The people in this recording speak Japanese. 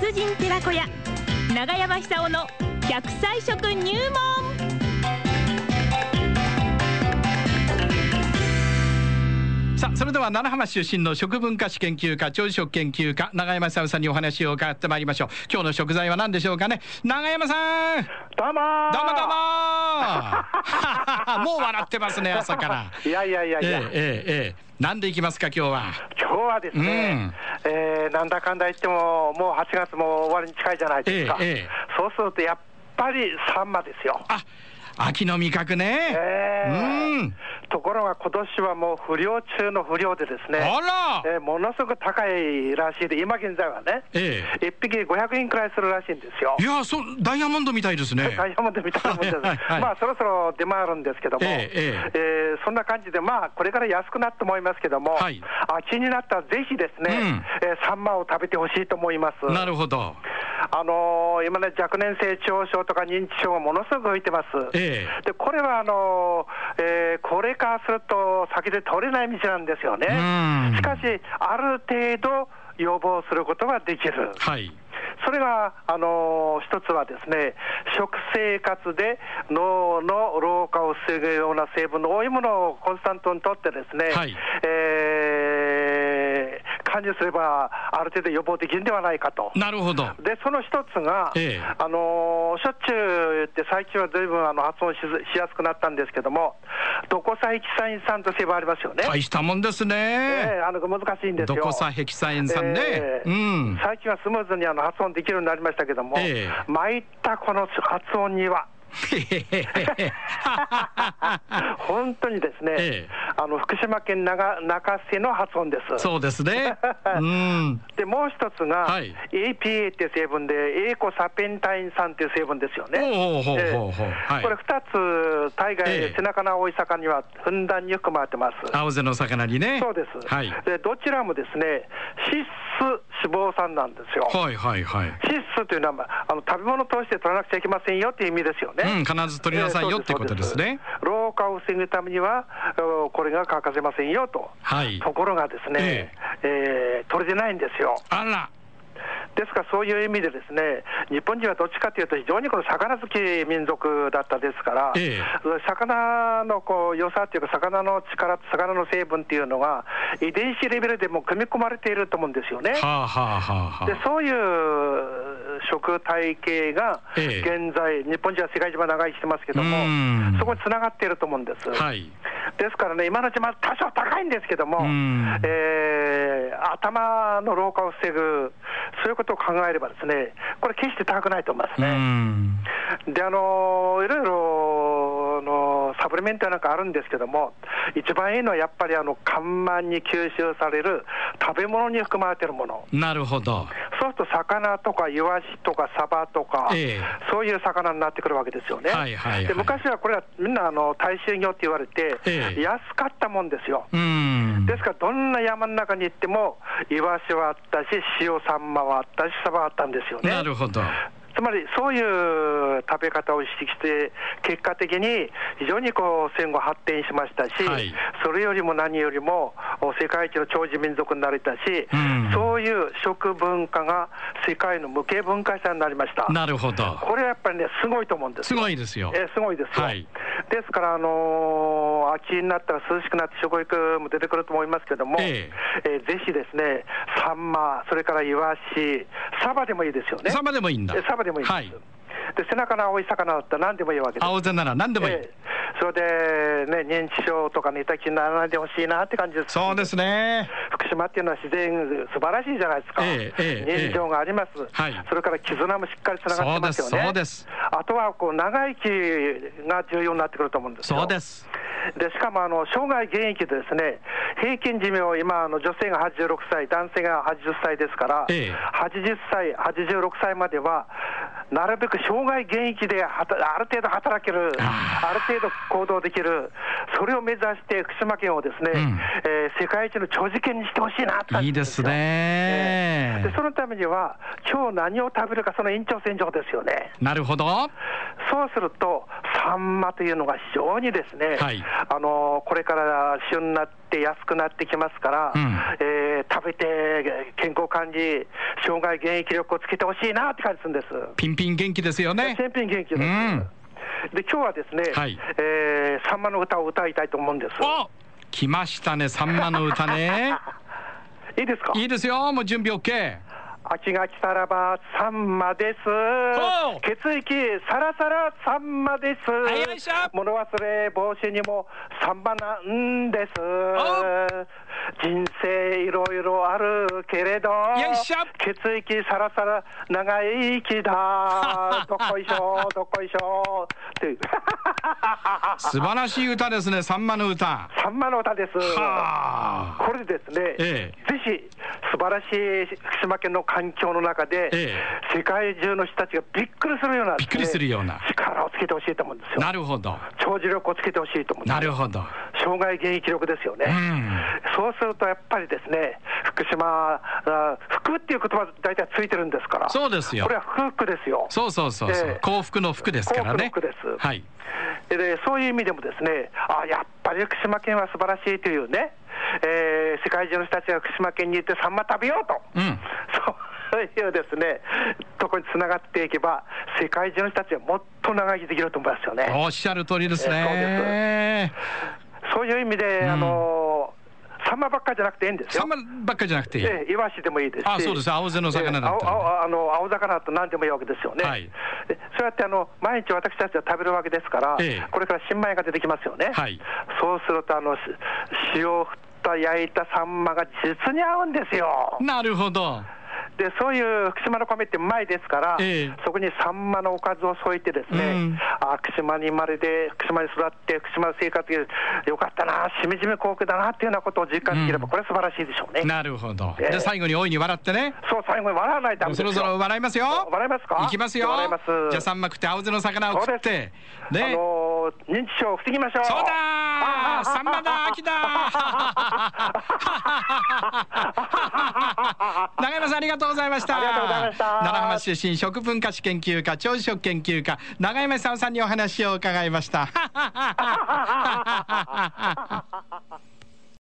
風神寺子屋長山久夫の百歳食入門さあそれでは奈良浜出身の食文化史研究家調理食研究家永山久夫さんにお話を伺ってまいりましょう今日の食材は何でしょうかね永山さんどどうもーうもどうももう 笑ってますね朝からいやい やいやえいえや、ええええなんでいきますか今日は今日はですね、えーなんだかんだ言っても、もう8月も終わりに近いじゃないですか、ええええそうするとやっぱりサンマですよ。あ秋の味覚ね、ええうんところが今年はもう不良中の不良でですね、あらえーものすごく高いらしいで、今現在はね、ええ1匹500円くらいするらしいんですよい。やそうダイヤモンドみたいですねダイヤモンドみたいなもんです、はいはいはいまあそろそろ出回るんですけども、ええええーそんな感じで、まあこれから安くなって思いますけども、はい秋になったらぜひですね、うんえーサンマを食べてほしいと思います。なるほどあのー今ね、若年性腸症とか認知症がものすごく増えてます。ええでこれはあのーえー高齢化すると先で取れない道なんですよねうん。しかし、ある程度予防することができる。はいそれが、あのー一つはですね、食生活で脳の老化を防ぐような成分の多いものをコンスタントにとってですね、はいえー管理すればある程度予防できるんではないかと。なるほどで、その一つが、ええあのーしょっちゅう言って、最近はずいぶんあの発音ししやすくなったんですけども、ドコサヘキサイン酸といえばありますよね。大したもんですえね、えあの難しいんですどよ。こさヘキサインさんね、ええうん 最近はスムーズにあの発音できるようになりましたけども、ええまいったこの発音には、本当にですね、ええあの福島県長中瀬の発音です。そうですね。うん。でもう一つが、はい APA っていう成分で、エーコサペンタイン酸っていう成分ですよね。ほうほうええほうほうはいこれ2つ、大概、ええ背中の青い魚にはふんだんに含まれてます。青背の魚にね。そうです、はい。でどちらもですね、脂質脂肪酸なんですよ。はいはいはい。脂質というのは、まああの食べ物を通して取らなくちゃいけませんよっていう意味ですよね。うん必ず取りなさいよえーそうってことですねそうです老化を防ぐためには、おこれが欠かせませんよと。はい。ところがですね、えー取れてないんですよ。あら。ですからそういう意味でですね、日本人はどっちかというと非常にこの魚好き民族だったですから、ええ魚のこう良さっていうか魚の力、魚の成分っていうのが遺伝子レベルでも組み込まれていると思うんですよね。はあはあはあはでそういう食体系がええ現在、日本人は世界中は長生きしてますけどうもん、そこにつながっていると思うんです。あ。はい。ですからね、今のうちまだ多少高いんですけども、うんえー頭の老化を防ぐ、そういうことを考えればですね、これ、決して高くないと思いますうね。ん。で、あのいろいろ、あのサプリメントなんかあるんですけども、一番いいのはやっぱりあの、緩慢に吸収される食べ物に含まれているもの。なるほど。そうすると魚とかイワシとかサバとか、ええそういう魚になってくるわけですよね。はいはいはいで昔はこれはみんなあの大衆魚って言われて、ええ安かったもんですよ。うん。ですから、どんな山の中に行っても、イワシはあったし、塩サンマはあったし、サバはあったんですよね。なるほど。つまり、そういう食べ方を意識して、結果的に非常にこう戦後発展しましたし、はいそれよりも何よりも、お世界一の長寿民族になれたし、うんそういう食文化が世界の無形文化遺産になりました。なるほど。これはやっぱりね、すごいと思うんですすよ。ごいですよ。えーすごいですよ、はいですから、あのー秋になったら涼しくなって、食育も出てくると思いますけども、ええーぜひですね、サンマ、それからイワシ、サバでもいいですよね。サバでもいいんだえ。サバでもいいです。はいで背中の青い魚だったら何でもいいわけです。青背なら何でもいい。ええそれで、ね、認知症とか寝た気にならないでほしいなって感じです。そうですね。福島っていうのは自然素晴らしいじゃないですか、ええええ人情があります、はいそれから絆もしっかりつながってますよね、そうですそうですあとはこう長生きが重要になってくると思うんですよ。そうです。でしかもあの生涯現役でですね平均寿命、今、あの女性が86歳、男性が80歳ですから、ええ80歳、86歳までは、なるべく障害現役ではたある程度働ける、あある程度行動できる、それを目指して福島県をですね、うんえー世界一の長寿県にしてほしいなといいですねでそのためには、今日何を食べるか、その延長線上ですよね。なるほど。そうすると、サンマというのが非常にですね、はいあのこれから旬になって安くなってきますから、うんえー食べて健康管理、障害現役力をつけてほしいなって感じするんです。ピンピン元気ですよね。千品元気です。うんで今日はですね、はいえー、サンマの歌を歌いたいと思うんです。お来ましたね、さんまの歌 ね。いいですかいいですよ、もう準備 OK。秋が来たらばサンマですおう。血液サラサラサンマですいよいしょ。物忘れ防止にもサンマなんです。人生いろいろあるけれどよいしょ、。血液サラサラ長生きだ どっこいしょ、どっこいしょ。って いう素晴らしい歌ですね、さんまの歌。サンマの歌です。はあ。これですね、えぜひ素晴らしい福島県の環境の中で、え世界中の人たちがびっくりするような、びっくりするような力をつけてほしいと思うんですよ、なるほど。長寿力をつけてほしいと思うんですなるほど。障害現役力ですよね、うんそうするとやっぱりですね、福島、あ福っていう言葉大体ついてるんですから、そうですよこれは福福ですよ。そうそうそうそう、ええ幸福の福ですからね。幸福の福ですはい。でそういう意味でもですね、あやっぱり福島県は素晴らしいというね、えー世界中の人たちが福島県に行ってサンマ食べようと、うんそういうですね、とこにつながっていけば、世界中の人たちはもっと長生きできると思いますよね。おっしゃる通りですえね。そういう意味で、あのサンマばっかじゃなくていいんですさよん。まばっかりじゃなくていい。ええイワシでもいいですし。あそうです青背の魚だったらねええ青青あの青魚だと何でもいいわけですよね。はいでそうやってあの毎日私たちは食べるわけですから、ええこれから新米が出てきますよね。はいそうするとあのし塩を振った焼いたサンマが実に合うんですよ。なるほど。でそういう福島の米ってうまいですから、ええそこにサンマのおかずを添えてですうね、んあ福島に生まれて福島に育って福島の生活でよかったなしみじみ幸福だなっていうようなことを実感できれば、うんこれは素晴らしいでしょうね。なるほど。ええで、最後に大いに笑ってね。そう、最後に笑わないとダメでそすよ。ろそろ笑いますよ。笑いますかいきますよ。笑いますじゃあ、サンマ食って、青背の魚を食って。あね。のー認知症を防ぎましょう。そうだーあサンマだ秋だ 長山さんありがとうございましたありがとうございました奈良浜市出身食文化史研究家長寿食研究家長山さんさんにお話を伺いましただ